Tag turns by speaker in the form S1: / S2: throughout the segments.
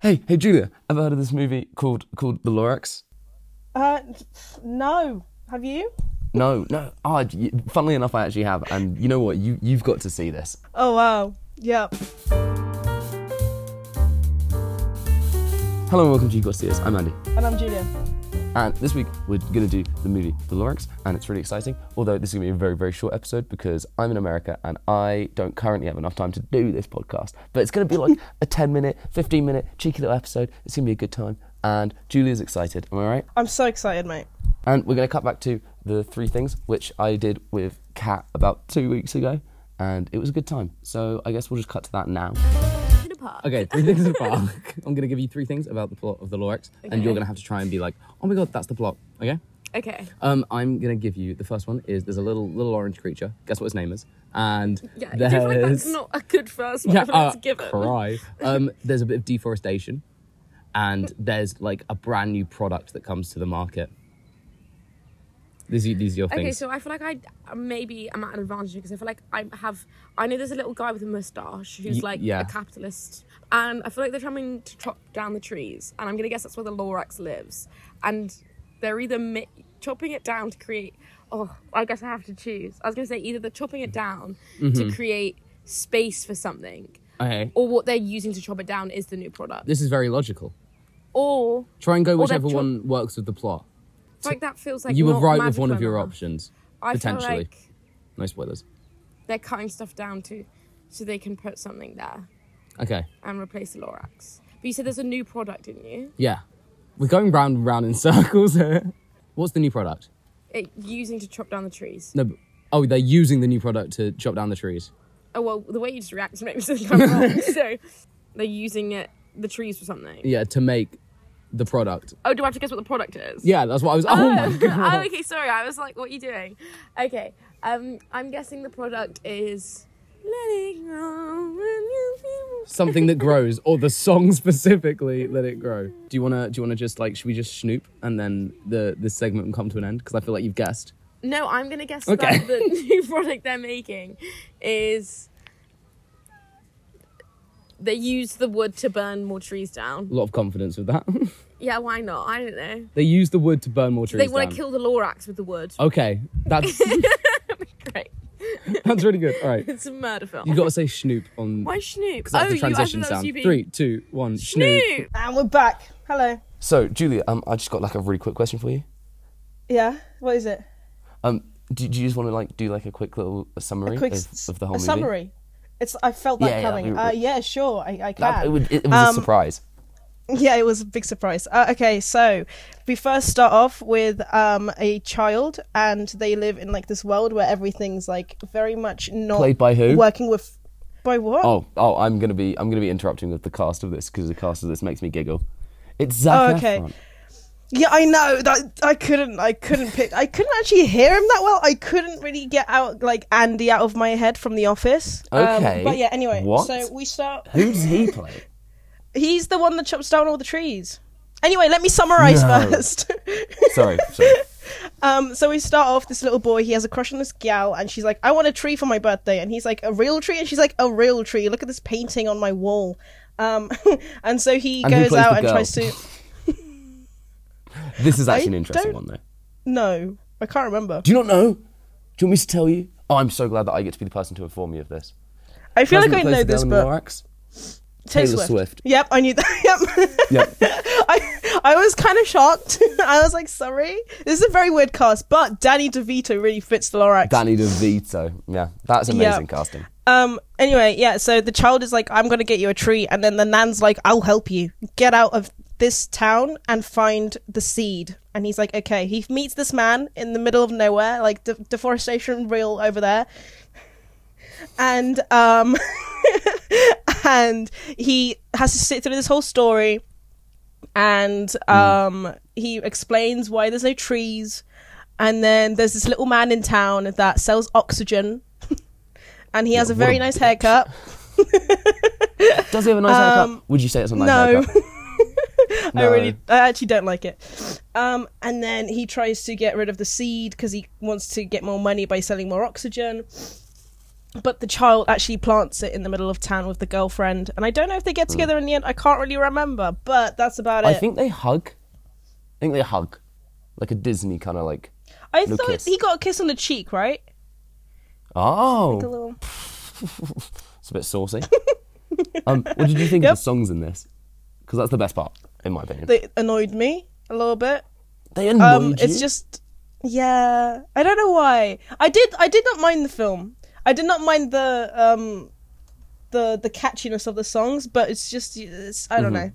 S1: Hey, hey, Julia, ever heard of this movie called called The Lorax?
S2: Uh, no. Have you?
S1: No, no. Oh, I- y- funnily enough, I actually have. And you know what? You you've got to see this.
S2: Oh wow. Yeah.
S1: Hello, and welcome to You Got to See This. I'm Andy,
S2: And I'm Julia.
S1: and this week we're gonna do the movie The Lorax, and it's really exciting. Although this is gonna be a very very short episode because I'm in America and I don't currently have enough time to do this podcast. But it's gonna be like a 10 minute, 15 minute cheeky little episode. It's gonna be a good time. And Julia's excited. Am I right?
S2: I'm so excited, mate.
S1: And we're going to cut back to the three things, which I did with Kat about two weeks ago. And it was a good time. So I guess we'll just cut to that now. Okay, three things in a park. I'm going to give you three things about the plot of The Lorax. And you're going to have to try and be like, oh my God, that's the plot. Okay?
S3: Okay.
S1: Um, I'm going to give you the first one is there's a little little orange creature. Guess what his name is? And
S3: Yeah, I do find that's
S1: there's-
S3: not a good first one, but
S1: uh,
S3: it's given.
S1: Cry. Um, there's a bit of deforestation, and there's like a brand new product that comes to the market. These are, these are your
S3: Okay,
S1: things.
S3: so I feel like I maybe I'm at an advantage because I feel like I have. I know there's a little guy with a mustache who's
S1: Y-
S3: like
S1: yeah.
S3: a capitalist, and I feel like they're trying to chop down the trees, and I'm gonna guess that's where the Lorax lives, and they're either mi- chopping it down to create. Oh, I guess I have to choose. I was gonna say either they're chopping it down
S1: Mm-hmm.
S3: to create space for something,
S1: okay,
S3: or what they're using to chop it down is the new product,
S1: this is very logical.
S3: or
S1: Try and go
S3: Or they're
S1: whichever
S3: tr-
S1: one works with the plot.
S3: like that feels like
S1: you were
S3: not
S1: right with
S3: magical
S1: one of your
S3: enough.
S1: options,
S3: I feel
S1: potentially.
S3: like
S1: No spoilers.
S3: they're cutting stuff down to so they can put something there
S1: Okay,
S3: and replace the Lorax. But you said there's a new product, didn't you?
S1: yeah, we're going round and round in circles here. What's the new product?
S3: It using to chop down the trees.
S1: No, but- oh, they're using the new product to chop down the trees.
S3: Oh well, the way you just react to make me think I'm wrong. so they're using it the trees for something.
S1: Yeah, to make the product.
S3: Oh, do I have to guess what the product is?
S1: Yeah, that's what I was. Oh, my god.
S3: oh, okay, sorry. I was like, what are you doing? Okay. Um, I'm guessing the product is letting go. when you feel-
S1: something that grows or the song specifically let it grow do you want to do you want to just like should we just snoop and then the this segment will come to an end because i feel like you've guessed
S3: No, I'm gonna guess
S1: Okay.
S3: that the new product they're making is they use the wood to burn more trees down.
S1: a lot of confidence with that
S3: Yeah, why not? I don't know.
S1: they use the wood to burn more trees
S3: They want
S1: down.
S3: to kill the Lorax with the wood.
S1: okay that's
S3: Great,
S1: that's really good all right
S3: it's a murder film.
S1: you got to say snoop on
S3: why Snoop? Oh,
S1: that's the
S3: you- I thought
S1: transition
S3: that was
S1: sound
S3: you being-
S1: three two one snoop.
S3: Snoop.
S2: And we're back. Hello.
S1: so julia um i just got like a really quick question for you
S2: Yeah. What is it?
S1: um do, do you just want to like do like a quick little summary
S2: Quick.
S1: of,
S2: s-
S1: of the whole
S2: a
S1: movie
S2: summary. It's. I felt that
S1: Yeah, yeah,
S2: coming.
S1: we-
S2: uh, yeah. Sure. I, I can.
S1: that, it, would, it was a
S2: Um,
S1: surprise
S2: Yeah, it was a big surprise. Uh, okay, so we first start off with um, a child, and they live in like this world where everything's like very much not
S1: Played by who?
S2: Working with by what?
S1: Oh, oh, I'm gonna be, I'm gonna be interrupting with the cast of this because the cast of this makes me giggle. It's Zac
S2: Oh, okay.
S1: Efron.
S2: Yeah, I know that I couldn't, I couldn't pick, I couldn't actually hear him that well. I couldn't really get out like Andy out of my head from The Office.
S1: Okay,
S2: um, but yeah. Anyway,
S1: what?
S2: so we start.
S1: Who does he play?
S2: He's the one that chops down all the trees. Anyway, let me summarize
S1: No.
S2: first.
S1: sorry, sorry.
S2: Um, so we start off this little boy. He has a crush on this gal, and she's like, "I want a tree for my birthday," and he's like, "A real tree," and she's like, "A real tree. Look at this painting on my wall." Um, and so he
S1: And who
S2: goes
S1: plays
S2: out
S1: the
S2: and
S1: girl?
S2: tries to.
S1: This is actually an
S2: I
S1: interesting
S2: don't-
S1: one, though.
S2: No, I can't remember.
S1: Do you not know? Do you want me to tell you? Oh, I'm so glad that I get to be the person to inform you of this.
S2: I feel
S1: Person
S2: like I
S1: that plays
S2: know
S1: the girl
S2: this,
S1: in
S2: but
S1: Lorax?
S2: Taylor,
S1: Taylor
S2: Swift.
S1: Swift.
S2: Yep, I knew that. Yep.
S1: Yep.
S2: I I was kind of shocked. I was like, "Sorry, this is a very weird cast," but Danny DeVito really fits the Lorax.
S1: Danny DeVito. Yeah, that's amazing casting.
S2: Um. Anyway, yeah. So the child is like, "I'm gonna get you a tree," and then the nan's like, "I'll help you get out of this town and find the seed." And he's like, "Okay." He meets this man in the middle of nowhere, like de- deforestation real over there, and um, and he has to sit through this whole story, and
S1: Hmm.
S2: um, he explains why there's no trees, and then there's this little man in town that sells oxygen. And he has a
S1: what
S2: very
S1: a
S2: nice haircut.
S1: Does he have a nice haircut? Would you say it's a nice
S2: Um, no.
S1: haircut?
S2: I really,
S1: No.
S2: I actually don't like it. Um, and then he tries to get rid of the seed because he wants to get more money by selling more oxygen. but the child actually plants it in the middle of town with the girlfriend. And I don't know if they get together in the end. I can't really remember, but that's about it.
S1: Hmm. I think they hug. I think they hug, like a Disney kind of like.
S2: I
S1: no
S2: thought
S1: kiss.
S2: he got a kiss on the cheek, right? The
S1: Oh,
S2: little-
S1: it's a bit saucy. um, what did you think
S2: Yep.
S1: of the songs in this? Because that's the best part, in my opinion. They,
S2: They annoyed me a little bit.
S1: annoyed
S2: Um,
S1: you.
S2: it's just, yeah, I don't know why. I did, I did not mind the film. I did not mind the um, the the catchiness of the songs, but it's just, it's, I
S1: Mm-hmm.
S2: don't know.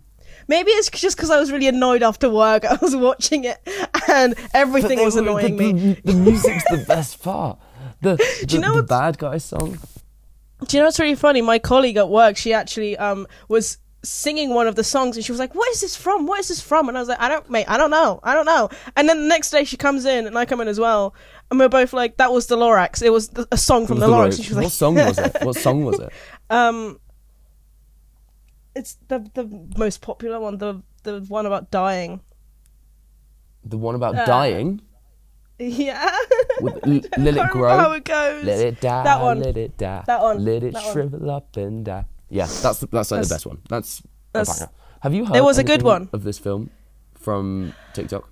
S2: Maybe it's just because I was really annoyed after work. I was watching it, and
S1: But
S2: everything
S1: they
S2: was
S1: were-
S2: annoying
S1: the,
S2: me.
S1: The, the music's the best part. The, the,
S2: you know
S1: the
S2: what's-
S1: bad guy song.
S2: Do you know what's really funny? My colleague at work, she actually um was singing one of the songs and she was like, What is this from? What is this from? And I was like, I don't mate, I don't know. I don't know. And then the next day she comes in and I come in as well. And we're both like, That was the Lorax. It was the, a song from
S1: It
S2: the,
S1: was
S2: Lorax.
S1: lyrics.
S2: And she was
S1: what
S2: like,
S1: song was it? What song was it?
S2: Um It's the the most popular one, the the one about dying.
S1: The one about dying.
S2: Yeah.
S1: With L-
S2: Uh, I
S1: Let It
S2: can't
S1: Grow.
S2: remember how it goes.
S1: Let it die.
S2: That one.
S1: Let it die.
S2: That one.
S1: Let it
S2: That one.
S1: shrivel up and die. Yeah, that's that's like
S2: That's-
S1: the best one. That's, that's
S2: that's-
S1: Have you heard?
S2: There was a good
S1: anything
S2: one.
S1: of this film from TikTok.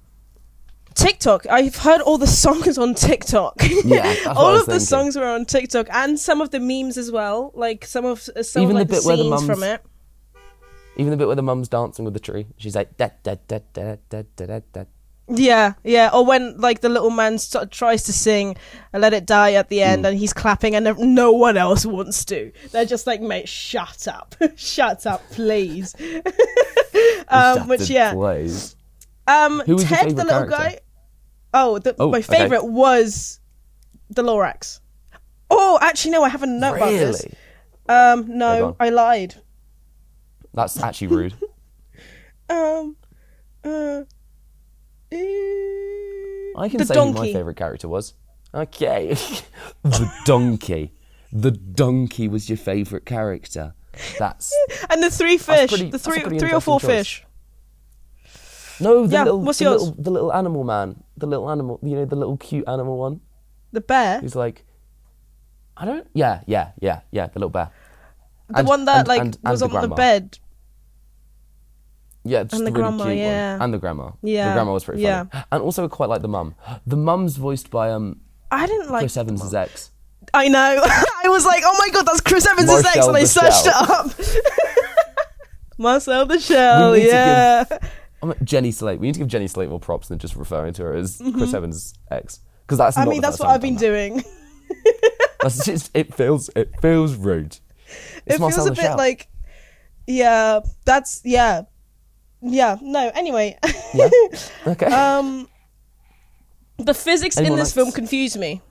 S2: TikTok. I've heard all the songs on TikTok.
S1: Yeah, that's what I
S2: all
S1: was
S2: of the
S1: thinking.
S2: songs were on TikTok, and some of the memes as well. Like some of uh, some
S1: Even
S2: of, like,
S1: the
S2: the
S1: bit where the mums-
S2: scenes from it.
S1: Even the bit where the mum's dancing with the tree. She's like da da da da da da da. da.
S2: Yeah, yeah. Or when like the little man st- tries to sing and let it die at the end,
S1: Mm.
S2: and he's clapping, and no one else wants to. They're just like, mate, shut up, shut up, please. um, which
S1: Shattered
S2: yeah,
S1: Place.
S2: um,
S1: Who was your
S2: Ted, the
S1: favourite
S2: little
S1: character?
S2: guy. Oh, the,
S1: Oh,
S2: my
S1: okay.
S2: favorite was the Lorax. Oh, actually, no, I haven't known about this.
S1: Really?
S2: Um,
S1: Yeah, go
S2: no,
S1: on.
S2: I lied.
S1: That's actually rude.
S2: Um, uh, eh,
S1: I can
S2: the
S1: say
S2: donkey.
S1: who my favourite character was. Okay. the donkey. The donkey was your favourite character. That's
S2: and the three fish,
S1: pretty-
S2: the
S1: that's a
S2: three,
S1: pretty
S2: three or four
S1: interesting
S2: fish.
S1: no the
S2: Yeah,
S1: little
S2: what's
S1: the
S2: yours?
S1: little the little animal man. The little animal you know, the little cute animal one.
S2: The bear,
S1: He's like, I don't. Yeah, yeah, yeah, yeah. The little bear.
S2: the one that like was on the bed.
S1: Yeah, just
S2: and
S1: the,
S2: the
S1: really
S2: grandma,
S1: cute
S2: yeah.
S1: one. And the grandma.
S2: Yeah,
S1: The grandma was pretty funny. And also, I quite like the mum. The mum's voiced by um
S2: I didn't like.
S1: Chris Evans' ex.
S2: I know. I was like, oh my god, that's Chris Evans' ex,
S1: Marcel
S2: and I
S1: the
S2: searched it
S1: Shell.
S2: up. Marcel the Shell,
S1: We need to
S2: yeah.
S1: I'm like, Jenny Slate. We need to give Jenny Slate more props than just referring to her as Chris Evans' ex. Because that's.
S2: Mm-hmm. I
S1: not
S2: mean,
S1: the
S2: that's
S1: first
S2: what
S1: time
S2: I've been
S1: done
S2: doing.
S1: that. That's just, it feels it feels rude. It's
S2: it
S1: Marcel
S2: feels a
S1: the
S2: bit
S1: Shell.
S2: like yeah that's yeah yeah no anyway
S1: Yeah. Okay.
S2: um the physics
S1: Anyone
S2: in this
S1: likes-
S2: film confuse me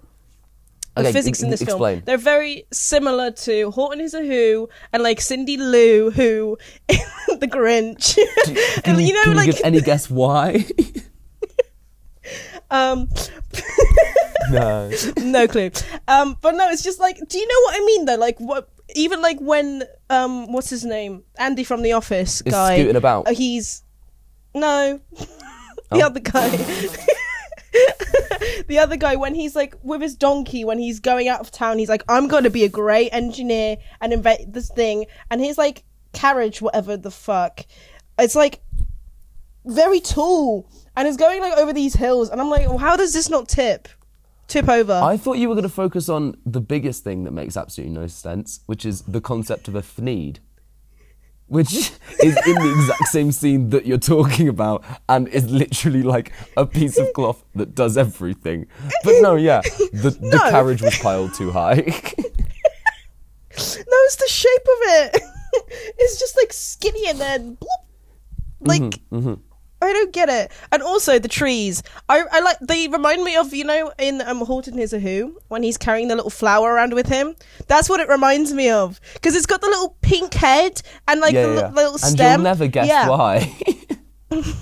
S2: the
S1: Okay,
S2: physics
S1: e-
S2: in this
S1: explain.
S2: film they're very similar to horton is a who and like cindy lou who in the grinch
S1: can
S2: And
S1: you,
S2: you know
S1: can
S2: like
S1: you give any guess why?
S2: um
S1: no.
S2: no clue. Um, but no, it's just like, do you know what I mean though? Like, what even like when um, what's his name, Andy from The Office
S1: Is
S2: guy,
S1: scooting about.
S2: uh, he's no,
S1: Oh.
S2: the other guy. the other guy when he's like with his donkey when he's going out of town he's like i'm gonna be a great engineer and invent this thing and his like carriage whatever the fuck it's like very tall and it's going like over these hills and i'm like well, how does this not tip tip over
S1: I thought you were going to focus on the biggest thing that makes absolutely no sense, which is the concept of a fneed, which is in the exact same scene that you're talking about and is literally like a piece of cloth that does everything. But no, yeah, the, the
S2: No.
S1: carriage was piled too high.
S2: No, it's the shape of it. it's just like skinny and then bloop. Like
S1: Mm-hmm,
S2: I don't get it. And also the trees. I, I like they remind me of, you know, in um Horton Hears a Who, when he's carrying the little flower around with him. That's what it reminds me of. Because it's got the little pink head and like
S1: yeah,
S2: the
S1: yeah,
S2: li-
S1: yeah.
S2: little
S1: and
S2: stem.
S1: you'll never guess
S2: yeah.
S1: why.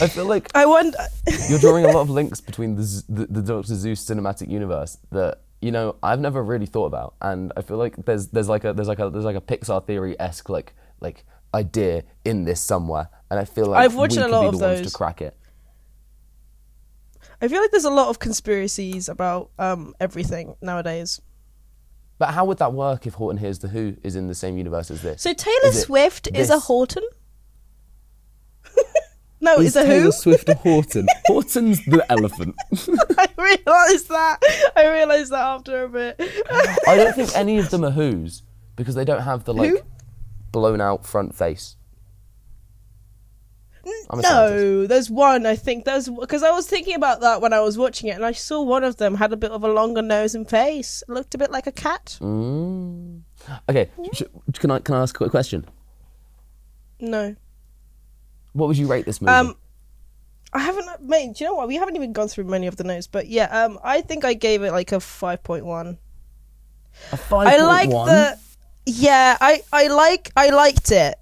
S1: I feel like
S2: I wonder
S1: You're drawing a lot of links between the, Z- the the Doctor Zeus cinematic universe that you know I've never really thought about, and I feel like there's there's like a there's like a there's like a Pixar theory esque like like idea in this somewhere, and I feel like
S2: I've watched
S1: we
S2: a
S1: could
S2: lot
S1: be
S2: of
S1: the ones
S2: those.
S1: to crack it.
S2: I feel like there's a lot of conspiracies about um, everything nowadays.
S1: But how would that work if Horton Hears the Who is in the same universe as this?
S2: So Taylor
S1: Is it
S2: Swift is a
S1: this?
S2: Horton? no, is, a
S1: Taylor
S2: who?
S1: Swift a Horton? Horton's the elephant.
S2: I realised that. I realised that after a bit.
S1: I don't think any of them are Who's because they don't have the like
S2: Who?
S1: blown out front face. I'm a
S2: no, there's one. I think there's because I was thinking about that when I was watching it, and I saw one of them had a bit of a longer nose and face. It looked a bit like a cat.
S1: Mm. Okay, sh- sh- can I can I ask a quick question?
S2: No,
S1: What would you rate this movie?
S2: um, I haven't. Mate, do you know what? We haven't even gone through many of the notes, but yeah, um, I think I gave it like a five point one.
S1: a five
S2: I like the. Yeah, I I like I liked it,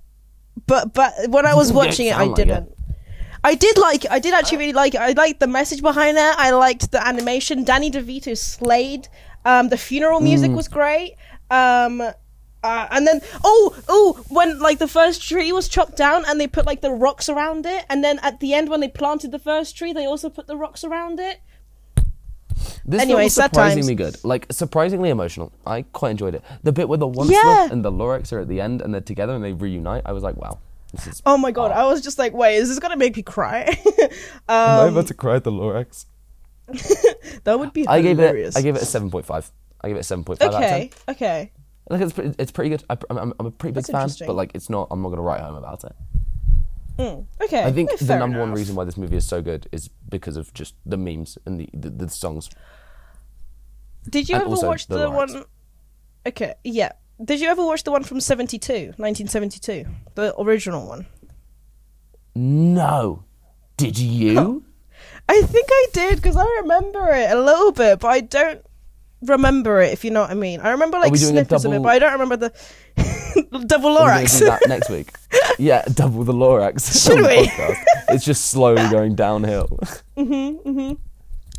S2: but but when I was
S1: You don't
S2: watching it, I
S1: sound like it.
S2: didn't. I did like it. I did actually really like it. I liked the message behind that. I liked the animation. Danny DeVito slayed. Um, the funeral music
S1: Mm.
S2: was great. Um, uh, and then oh oh when like the first tree was chopped down and they put like the rocks around it and then at the end when they planted the first tree they also put the rocks around it.
S1: This
S2: Anyway,
S1: film was
S2: sad times.
S1: surprisingly good. Like surprisingly emotional. I quite enjoyed it. The bit where the once
S2: Yeah.
S1: love and the Lorax are at the end and they're together and they reunite. I was like, wow, this is.
S2: Oh my god! I was just like, wait, is this gonna make me cry?
S1: Am
S2: um,
S1: to cry at the Lorax?
S2: that would be
S1: I gave
S2: hilarious.
S1: it. I gave it a seven point five. I gave it a seven point five out of ten.
S2: Okay. Okay.
S1: Like it's pretty, it's pretty good. I, pr- I'm- I'm, I'm a pretty big
S2: That's
S1: fan,
S2: interesting.
S1: but like it's not. I'm not gonna write home about it.
S2: Mm, Okay.
S1: I think
S2: Yeah,
S1: the
S2: fair
S1: number one
S2: enough.
S1: reason why this movie is so good is because of just the memes and the the, the songs.
S2: Did you
S1: and
S2: ever
S1: also
S2: watch
S1: the
S2: the,
S1: lyrics.
S2: one? Okay. Yeah. Did you ever watch the one from 72, 1972? The original one?
S1: No, did you?
S2: I think I did because I remember it a little bit, but I don't remember it, if you know what I mean. I remember like
S1: we doing a
S2: snippets of it,
S1: double-
S2: but I don't remember the double
S1: We're gonna
S2: Lorax.
S1: do that next week. Yeah, double the Lorax.
S2: Should
S1: on the
S2: we?
S1: podcast. It's just slowly going downhill.
S2: I'm going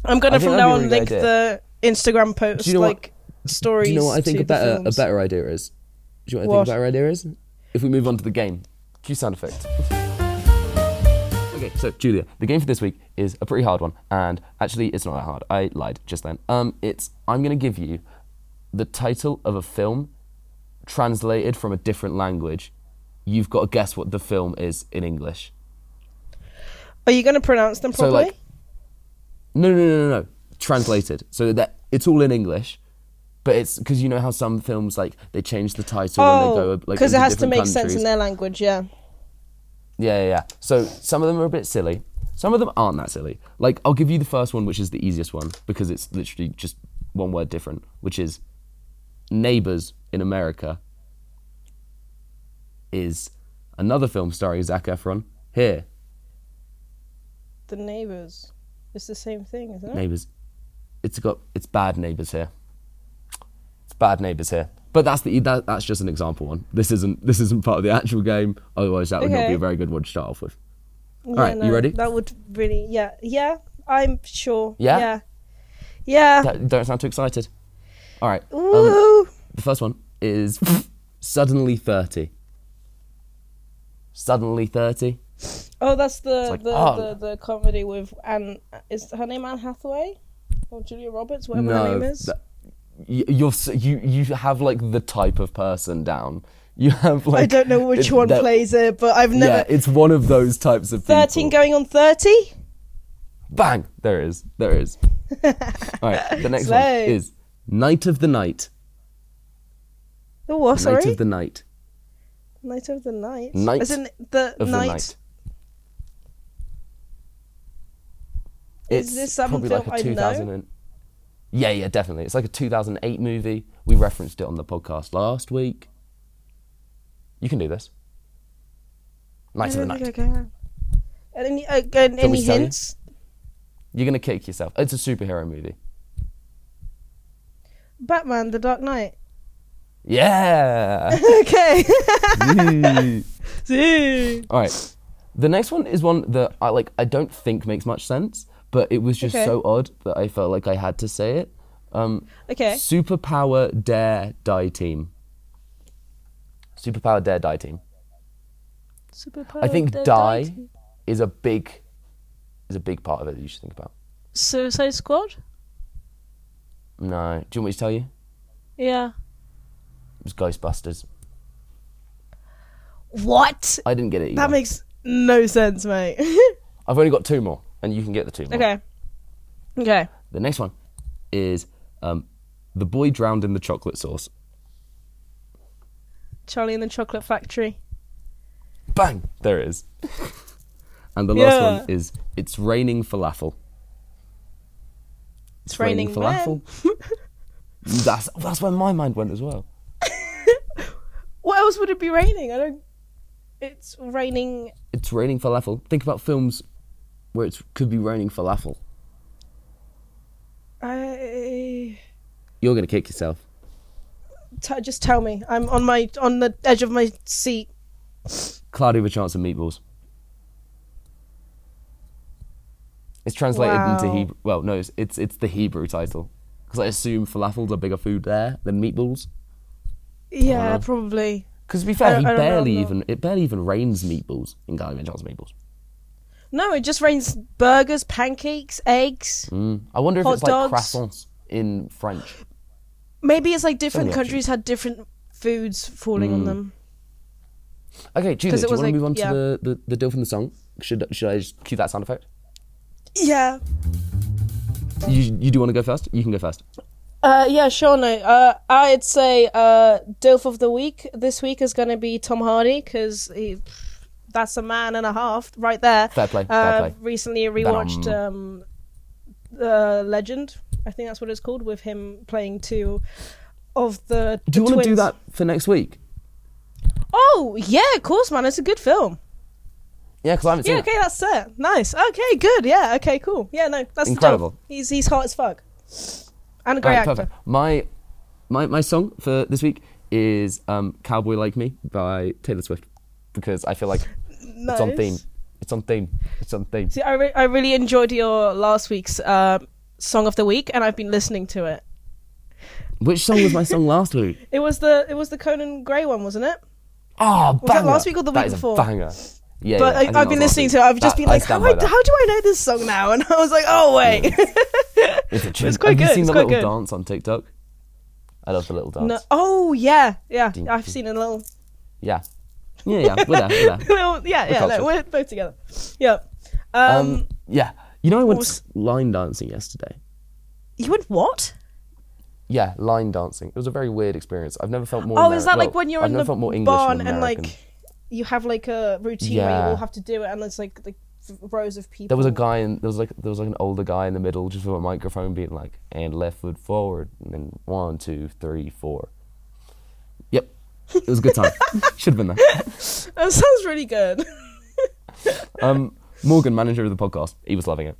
S1: I
S2: to
S1: think
S2: from
S1: that'd be
S2: now
S1: a
S2: on
S1: really
S2: link
S1: good
S2: the Instagram post,
S1: Do you know what-
S2: like stories.
S1: Do you know what I think
S2: to
S1: a
S2: the
S1: better a
S2: films.
S1: better idea is? Do you know what I
S2: What?
S1: think a better idea is? If we move on to the game, cue sound effect. Okay, so Julia, the game for this week is a pretty hard one, and actually it's not that hard. I lied just then. Um, it's I'm gonna give you the title of a film translated from a different language. You've got to guess what the film is in English.
S2: Are you going to pronounce them
S1: So
S2: properly?
S1: like, no, no, no, no, no. Translated. So that it's all in English, but it's because you know how some films like they change the title and they go
S2: oh,
S1: like
S2: because
S1: into
S2: it has to
S1: different
S2: make sense
S1: countries.
S2: in their language. Yeah.
S1: Yeah, yeah, yeah. So some of them are a bit silly. Some of them aren't that silly. Like I'll give you the first one, which is the easiest one because it's literally just one word different, which is neighbors in America is another film starring Zac Efron. Here,
S2: The neighbors. It's the same thing, isn't it?
S1: neighbors. It's got it's bad neighbors here. It's bad neighbors here. But that's the that, that's just an example one. This isn't this isn't part of the actual game. Otherwise, that would not be
S2: Okay.
S1: a very good one to start off with.
S2: All
S1: right, you ready?
S2: That would really, yeah, yeah. I'm sure.
S1: Yeah?
S2: yeah, yeah.
S1: Don't don't sound too excited. All right. um,
S2: Woo!
S1: The first one is suddenly thirty. Suddenly thirty.
S2: oh, that's the
S1: like,
S2: the,
S1: oh.
S2: the the comedy with Anne. Is her name Anne Hathaway or Julia Roberts? Whatever her name is.
S1: that- y- you're s- you you have like the type of person down. You have like
S2: I don't know which
S1: it-
S2: one
S1: that-
S2: plays it, but I've
S1: Yeah,
S2: never.
S1: it's one of those types of people.
S2: Thirteen going on thirty.
S1: Bang! There it is. There it is. All right. The next one
S2: Slow.
S1: is Night of the Night.
S2: The Oh, what? Sorry,
S1: Night of the Night.
S2: night of the night.
S1: Night
S2: As in the
S1: Of
S2: night.
S1: the Night.
S2: Is this some
S1: probably
S2: film
S1: like
S2: I
S1: a
S2: know?
S1: 2000 and- Yeah, yeah, definitely. It's like a 2008 movie. We referenced it on the podcast last week. You can do this.
S2: I
S1: Night of the
S2: don't
S1: Night.
S2: think I can. And any, uh, and
S1: Shall we
S2: any
S1: tell you?
S2: hints?
S1: You're gonna kick yourself. It's a superhero movie.
S2: Batman: The Dark Knight.
S1: Yeah.
S2: okay.
S1: Yee.
S2: See.
S1: All right. The next one is one that I like. I don't think makes much sense, but it was just
S2: Okay.
S1: so odd that I felt like I had to say it. Um,
S2: Okay.
S1: Superpower Dare Die Team. Superpower Dare Die Team.
S2: Superpower.
S1: I think
S2: Dare
S1: die is a big is a big part of it that you should think about.
S4: Suicide Squad?
S1: No. Do you want me to tell you?
S4: Yeah.
S1: It was Ghostbusters.
S2: What?
S1: I didn't get it either.
S2: That makes no sense, mate.
S1: I've only got two more, and you can get the two more.
S2: okay. Okay.
S1: The next one is um, The Boy Drowned in the Chocolate Sauce.
S2: Charlie and the Chocolate Factory.
S1: Bang! There it is. and the last
S2: Yeah.
S1: one is It's Raining Falafel.
S2: It's raining men.
S1: that's, that's where my mind went as well.
S2: What else would it be raining? I don't. It's raining.
S1: It's Raining Falafel. Think about films where it could be raining falafel.
S2: I.
S1: You're going to kick yourself.
S2: T- just tell me. I'm on my on the edge of my seat.
S1: Cloudy with Chance of Meatballs. It's translated into
S2: Wow.
S1: Hebrew. Well, no, it's it's, it's the Hebrew title because I assume falafel's a bigger food there than meatballs.
S4: Uh-huh.
S2: Yeah, probably.
S1: Because to be
S2: I
S1: fair,
S2: don't-
S1: he
S2: I don't know,
S1: barely
S2: I'm not-
S1: even it barely even rains meatballs in Cloudy with Chance of Meatballs.
S2: No, it just rains burgers, pancakes, eggs.
S1: Mm. I wonder if
S2: Hot
S1: it's
S2: dogs.
S1: like croissants in French.
S2: Maybe it's like different
S1: Only
S2: countries had different foods falling
S1: Mm.
S2: on them.
S1: Okay, Julia,
S2: 'Cause
S1: do you
S2: it was
S1: want to
S2: like-
S1: move on
S2: yeah.
S1: to the, the, the deal from the song? Should should I just cue that sound effect?
S2: Yeah.
S1: You you do want to go first? You can go first.
S2: Uh, yeah, sure. No, uh, I'd say uh, Dilf of the week this week is going to be Tom Hardy because that's a man and a half right there.
S1: Fair play, fair
S2: Uh,
S1: play.
S2: Recently rewatched um, the Legend. I think that's what it's called with him playing two of the.
S1: Do you
S2: the
S1: want to do
S2: twins.
S1: that for next week?
S2: Oh yeah, of course, man. It's a good film.
S1: Yeah, because I haven't seen
S2: Yeah,
S1: it.
S2: okay, that's it. Nice. Okay, good. Yeah, okay, cool. Yeah, no, that's
S1: Incredible.
S2: The Dilf. he's he's hot as fuck, and a
S1: All
S2: great
S1: right,
S2: actor.
S1: perfect. My, my my song for this week is um, "Cowboy Like Me" by Taylor Swift because I feel like it's on
S2: Nice.
S1: theme. It's on theme. It's on theme.
S2: See, I, re- I really enjoyed your last week's uh, song of the week, and I've been listening to it.
S1: Which song was my song last week?
S2: It was the it was the Conan Gray one, wasn't it?
S1: Oh, banger!
S2: that last week or the
S1: That
S2: week
S1: is a
S2: before?
S1: banger. Yeah,
S2: but
S1: yeah, I think
S2: I,
S1: that
S2: I've been
S1: was last
S2: listening
S1: week.
S2: to it. I've just
S1: That-
S2: been like, "Oh
S1: I
S2: how,
S1: stand
S2: I,
S1: by that.
S2: how do I know this song now? And I was like, oh wait,
S1: It's a tune.
S2: quite
S1: Have you
S2: good,
S1: seen
S2: it's
S1: the
S2: quite
S1: little
S2: good.
S1: dance on TikTok? I love the little dance.
S2: no, oh yeah, yeah.
S1: Ding,
S2: I've
S1: ding.
S2: seen a little,
S1: Yeah, yeah, yeah. We're there. We're there.
S2: little yeah, yeah.
S1: culture.
S2: No, we're both together. Yeah. Um,
S1: Um, yeah. You know, I went
S2: was-
S1: line dancing yesterday.
S2: you went what?
S1: Yeah, line dancing. It was a very weird experience. I've never felt more.
S2: Oh, is
S1: Ameri-
S2: that like
S1: well,
S2: when you're
S1: I've
S2: in
S1: never
S2: the
S1: felt more English
S2: barn
S1: than
S2: and
S1: American.
S2: like you have like a routine where you
S1: Yeah.
S2: all have to do it, and it's like the rows of people.
S1: There was a guy in there was like there was like an older guy in the middle just with a microphone being like and left foot forward and then one two three four. Yep, it was a good time. Should have been there.
S2: That sounds really good.
S1: Um, Morgan, manager of the podcast, he was loving it.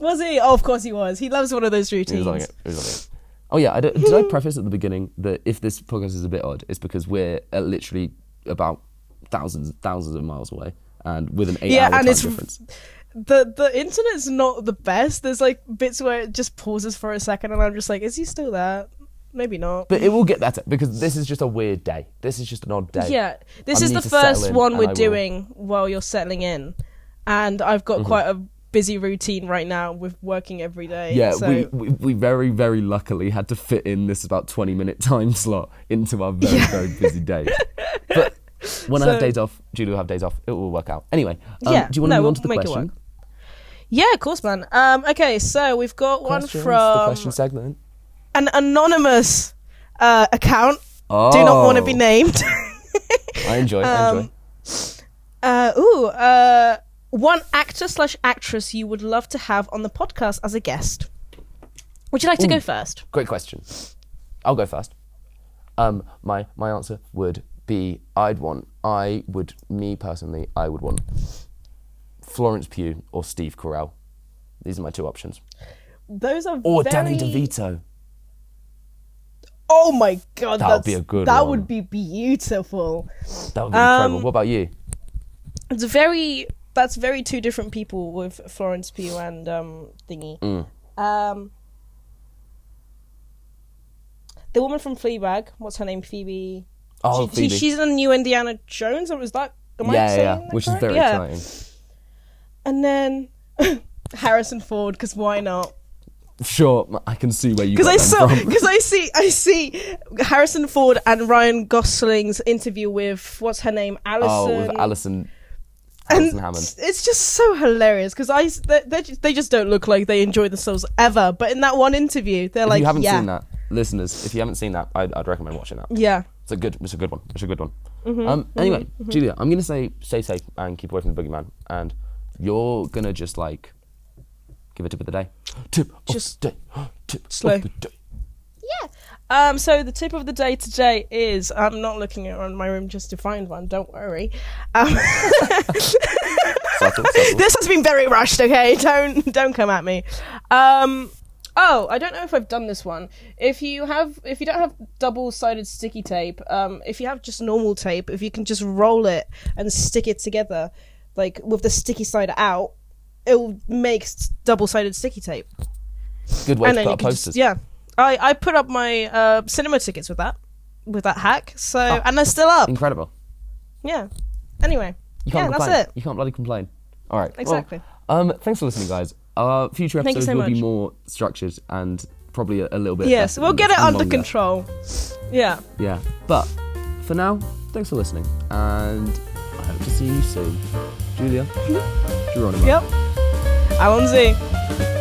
S2: Was he? Oh, of course he was. He loves one of those
S1: He was
S2: routines.
S1: loving it. He was loving it. Oh yeah, I don't, did I preface at the beginning that if this podcast is a bit odd, it's because we're uh, literally about thousands thousands of miles away and with an eight
S2: Yeah,
S1: hour time
S2: and it's-
S1: difference.
S2: The the internet's not the best. There's like bits where it just pauses for a second, and I'm just like, is he still there? Maybe not.
S1: But it will get better because this is just a weird day. This is just an odd day.
S2: yeah, this
S1: I
S2: is
S1: need
S2: the
S1: to settle
S2: first
S1: in,
S2: one
S1: and I
S2: we're
S1: will.
S2: doing while you're settling in, and I've got
S1: Mm-hmm.
S2: quite a busy routine right now with working every day.
S1: Yeah,
S2: so
S1: we, we we very very luckily had to fit in this about twenty minute time slot into our very very busy day. But when I have
S2: So-
S1: days off, Julie will have days off. It will work out. Anyway, um,
S2: Yeah,
S1: do you want
S2: no,
S1: to move
S2: we'll
S1: on to the
S2: make it
S1: question?
S2: work. yeah, of course, man. Um, okay, so we've got one
S1: Questions, the
S2: from
S1: question segment.
S2: an anonymous uh, account. Do not want to be
S1: Oh.
S2: named.
S1: I enjoy. I
S2: Um,
S1: enjoy.
S2: Uh, ooh, uh, one actor slash actress you would love to have on the podcast as a guest. Would you like to go first?
S1: Great question. I'll go first. Um, my my answer would be I'd want I would me personally I would want Florence Pugh or Steve Carell. These are my two options.
S2: Those are
S1: Or
S2: very...
S1: Danny DeVito.
S2: Oh my god,
S1: That would
S2: that's,
S1: be a good
S2: That
S1: one.
S2: would be beautiful.
S1: That would be
S2: Um,
S1: incredible. What about you?
S2: It's very. That's very two different people with Florence Pugh and um, Thingy.
S1: Mm.
S2: Um, the woman from Fleabag. What's her name? Phoebe.
S1: Oh,
S2: she,
S1: Phoebe.
S2: She, she's in a new Indiana Jones, or is that? Am I
S1: yeah, yeah,
S2: saying
S1: yeah,
S2: that
S1: which is
S2: correct?
S1: very
S2: yeah.
S1: exciting.
S2: And then Harrison Ford because why not?
S1: Sure, I can see where you
S2: Because
S1: got
S2: I
S1: them
S2: saw,
S1: from.
S2: because I see, I see Harrison Ford and Ryan Gosling's interview with what's her name, Alison.
S1: Oh, with Alison,
S2: And
S1: Alison Hammond.
S2: It's just so hilarious because I they, they ju- they just don't look like they enjoy themselves ever. But in that one interview, they're
S1: If
S2: like,
S1: you haven't
S2: yeah,
S1: seen that, listeners, if you haven't seen that, I'd, I'd recommend watching that.
S2: yeah,
S1: It's a good, it's a good one. It's a good one.
S2: Mm-hmm.
S1: um, anyway, Julia, I'm gonna say stay safe and keep away from the boogeyman, and you're gonna just like give a tip of the day. Tip
S2: Just
S1: of the day. Tip
S2: slow.
S1: of the day.
S2: yeah. Um, so the tip of the day today is I'm not looking around my room just to find one. Don't worry. Um,
S1: Subtle, subtle.
S2: this has been very rushed okay don't don't come at me um oh i don't know if i've done this one if you have if you don't have double-sided sticky tape um if you have just normal tape if you can just roll it and stick it together like with the sticky side out it'll make s- double-sided sticky tape
S1: Good way
S2: and
S1: to put
S2: then you
S1: up
S2: can just
S1: posters.
S2: yeah i i put up my uh cinema tickets with that with that hack so
S1: Oh.
S2: and they're still up
S1: Incredible.
S2: yeah anyway
S1: Mm. You
S2: yeah
S1: can't
S2: that's
S1: complain.
S2: it
S1: You can't bloody complain. All right. well,
S2: Exactly.
S1: um, thanks for listening, guys. Our future
S2: Thank you
S1: episodes
S2: so
S1: will be
S2: much.
S1: more structured and probably a, a little bit.
S2: yes
S1: better
S2: we'll
S1: than
S2: get
S1: this
S2: it
S1: and
S2: under
S1: longer.
S2: control yeah
S1: Yeah. But for now, thanks for listening, and I hope to see you soon, Julia. Geronimo.
S2: Yep. Alonzi.